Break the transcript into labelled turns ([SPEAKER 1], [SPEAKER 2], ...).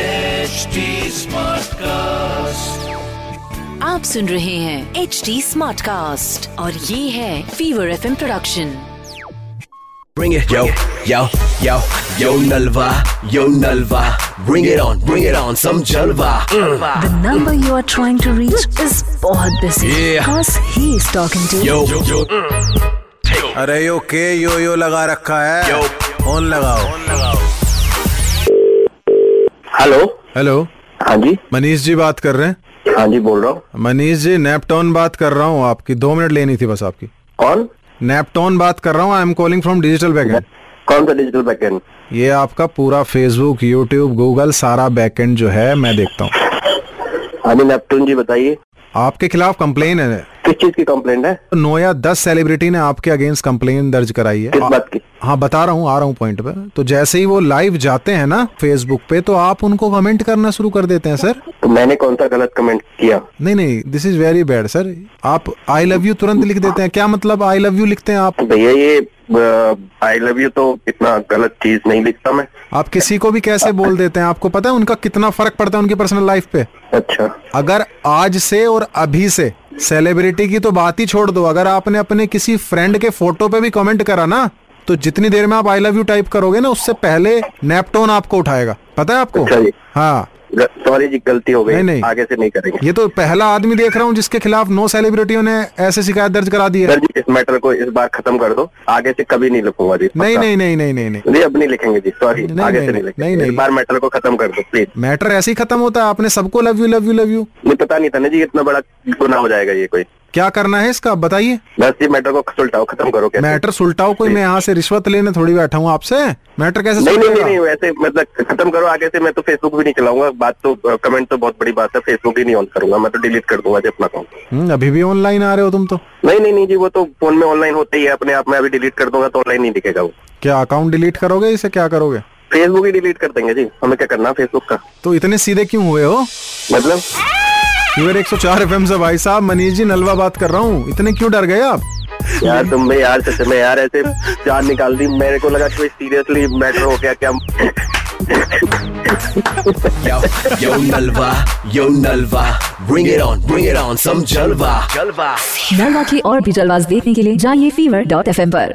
[SPEAKER 1] HD Smartcast.
[SPEAKER 2] आप सुन रहे हैं एच डी स्मार्ट कास्ट और ये है Fever F production
[SPEAKER 3] Bring it, yo, yo, yo, yo, Nalva, yo, Nalva. Bring it on, bring it on, some Jalva. Mm.
[SPEAKER 2] The number you are trying to reach is बहुत busy
[SPEAKER 3] Yeah.
[SPEAKER 2] Because he is talking to
[SPEAKER 3] Yo, yo, yo, mm.
[SPEAKER 4] अरे yo के yo yo लगा रखा है
[SPEAKER 3] Yo.
[SPEAKER 4] Phone लगाओ
[SPEAKER 5] hello
[SPEAKER 4] hello
[SPEAKER 5] हाँ जी
[SPEAKER 4] मनीष जी बात कर रहे हैं
[SPEAKER 5] हाँ जी बोल रहा हूँ
[SPEAKER 4] मनीष जी नेपटॉन बात कर रहा हूँ आपकी दो मिनट लेनी थी बस आपकी
[SPEAKER 5] कौन
[SPEAKER 4] नेपटॉन बात कर रहा हूँ I am calling from digital backend
[SPEAKER 5] कौन सा डिजिटल बैकेंड
[SPEAKER 4] ये आपका पूरा फेसबुक यूट्यूब गूगल सारा बैकएंड जो है मैं देखता हूँ
[SPEAKER 5] हाँ जी नेपटून जी बताइए
[SPEAKER 4] आपके खिलाफ कंप्लेन है
[SPEAKER 5] किस चीज की कंप्लेंट है
[SPEAKER 4] नो या दस सेलिब्रिटी ने आपके अगेंस्ट कंप्लेन दर्ज कराई है
[SPEAKER 5] किस बात की
[SPEAKER 4] हाँ बता रहा हूँ आ रहा हूँ पॉइंट पे तो जैसे ही वो लाइव जाते हैं ना फेसबुक पे तो आप उनको कमेंट करना शुरू कर देते हैं सर
[SPEAKER 5] तो मैंने कौन सा गलत कमेंट किया
[SPEAKER 4] नहीं नहीं this is very bad sir आप आई लव यू तुरंत लिख देते हैं क्या मतलब आई लव यू लिखते हैं आप
[SPEAKER 5] भैया ये आई लव यू तो इतना गलत चीज नहीं लिखता मैं
[SPEAKER 4] आप किसी को भी कैसे बोल देते हैं आपको पता है उनका कितना फर्क पड़ता है उनकी पर्सनल लाइफ पे
[SPEAKER 5] अच्छा
[SPEAKER 4] अगर आज से और अभी से सेलिब्रिटी की तो बात ही छोड़ दो अगर आपने अपने किसी फ्रेंड के फोटो पे भी कमेंट करा ना तो जितनी देर में आप आई लव यू टाइप करोगे ना उससे पहले नेपटोन आपको उठाएगा पता है आपको
[SPEAKER 5] अच्छा जी।
[SPEAKER 4] हाँ
[SPEAKER 5] सॉरी जी गलती हो
[SPEAKER 4] नहीं,
[SPEAKER 5] गई
[SPEAKER 4] नहीं।
[SPEAKER 5] आगे से नहीं करेंगे
[SPEAKER 4] ये तो पहला आदमी देख रहा हूँ जिसके खिलाफ नो सेलिब्रिटियों ने ऐसे शिकायत दर्ज करा दी है
[SPEAKER 5] सर जी इस मैटर को इस बार खत्म कर दो आगे से कभी नहीं लिखूंगा जी
[SPEAKER 4] नहीं
[SPEAKER 5] पक्का।
[SPEAKER 4] नहीं नहीं नहीं नहीं नहीं
[SPEAKER 5] जी अब नहीं लिखेंगे जी सॉरी
[SPEAKER 4] नहीं,
[SPEAKER 5] आगे
[SPEAKER 4] नहीं,
[SPEAKER 5] से नहीं
[SPEAKER 4] नहीं,
[SPEAKER 5] लिखेंगे
[SPEAKER 4] नहीं, नहीं।
[SPEAKER 5] इस बार मैटर को खत्म कर दो प्लीज
[SPEAKER 4] मैटर ऐसे ही खत्म होता है आपने सबको love you love you love you
[SPEAKER 5] नहीं पता नहीं था ना जी इतना बड़ा गुनाह हो जाएगा ये कोई
[SPEAKER 4] क्या करना है इसका आप बताइए
[SPEAKER 5] बस ये मैटर को सुलटाओ खत्म करो कैसे
[SPEAKER 4] मैटर सुलटाओ कोई मैं यहाँ से रिश्वत लेने थोड़ी बैठा हूँ आपसे मैटर कैसे
[SPEAKER 5] नहीं नहीं नहीं नहीं
[SPEAKER 4] सुलटेगा?
[SPEAKER 5] वैसे मतलब खत्म करो आगे से मैं तो फेसबुक भी नहीं चलाऊंगा बात तो कमेंट तो बहुत बड़ी बात है फेसबुक ही नहीं ऑन करूंगा मैं तो डिलीट कर दूंगा जी अपना अकाउंट
[SPEAKER 4] हम्म, अभी भी ऑनलाइन आ रहे हो तुम तो
[SPEAKER 5] नहीं नहीं नहीं जी वो तो फोन में ऑनलाइन होता ही है अपने आप में अभी डिलीट कर दूंगा तो ऑनलाइन नहीं दिखेगा वो
[SPEAKER 4] क्या अकाउंट डिलीट करोगे इसे क्या करोगे
[SPEAKER 5] फेसबुक ही डिलीट कर देंगे जी हमें क्या करना है फेसबुक का
[SPEAKER 4] तो इतने सीधे क्यों हुए हो
[SPEAKER 5] मतलब
[SPEAKER 4] यूर 104 एफएम से भाई साहब मनीष जी नलवा बात कर रहा हूँ इतने क्यों डर गए आप
[SPEAKER 5] यार तुम में यार सच में यार ऐसे जान निकाल दी मेरे को लगा कि सीरियसली मैटर हो गया क्या
[SPEAKER 3] yo, yo, Nalva, yo, Nalva. Bring it on, bring it on, some Jalva. Jalva.
[SPEAKER 6] Nalwa की और भी जलवाज देखने के लिए जाइए फीवर डॉट एफ पर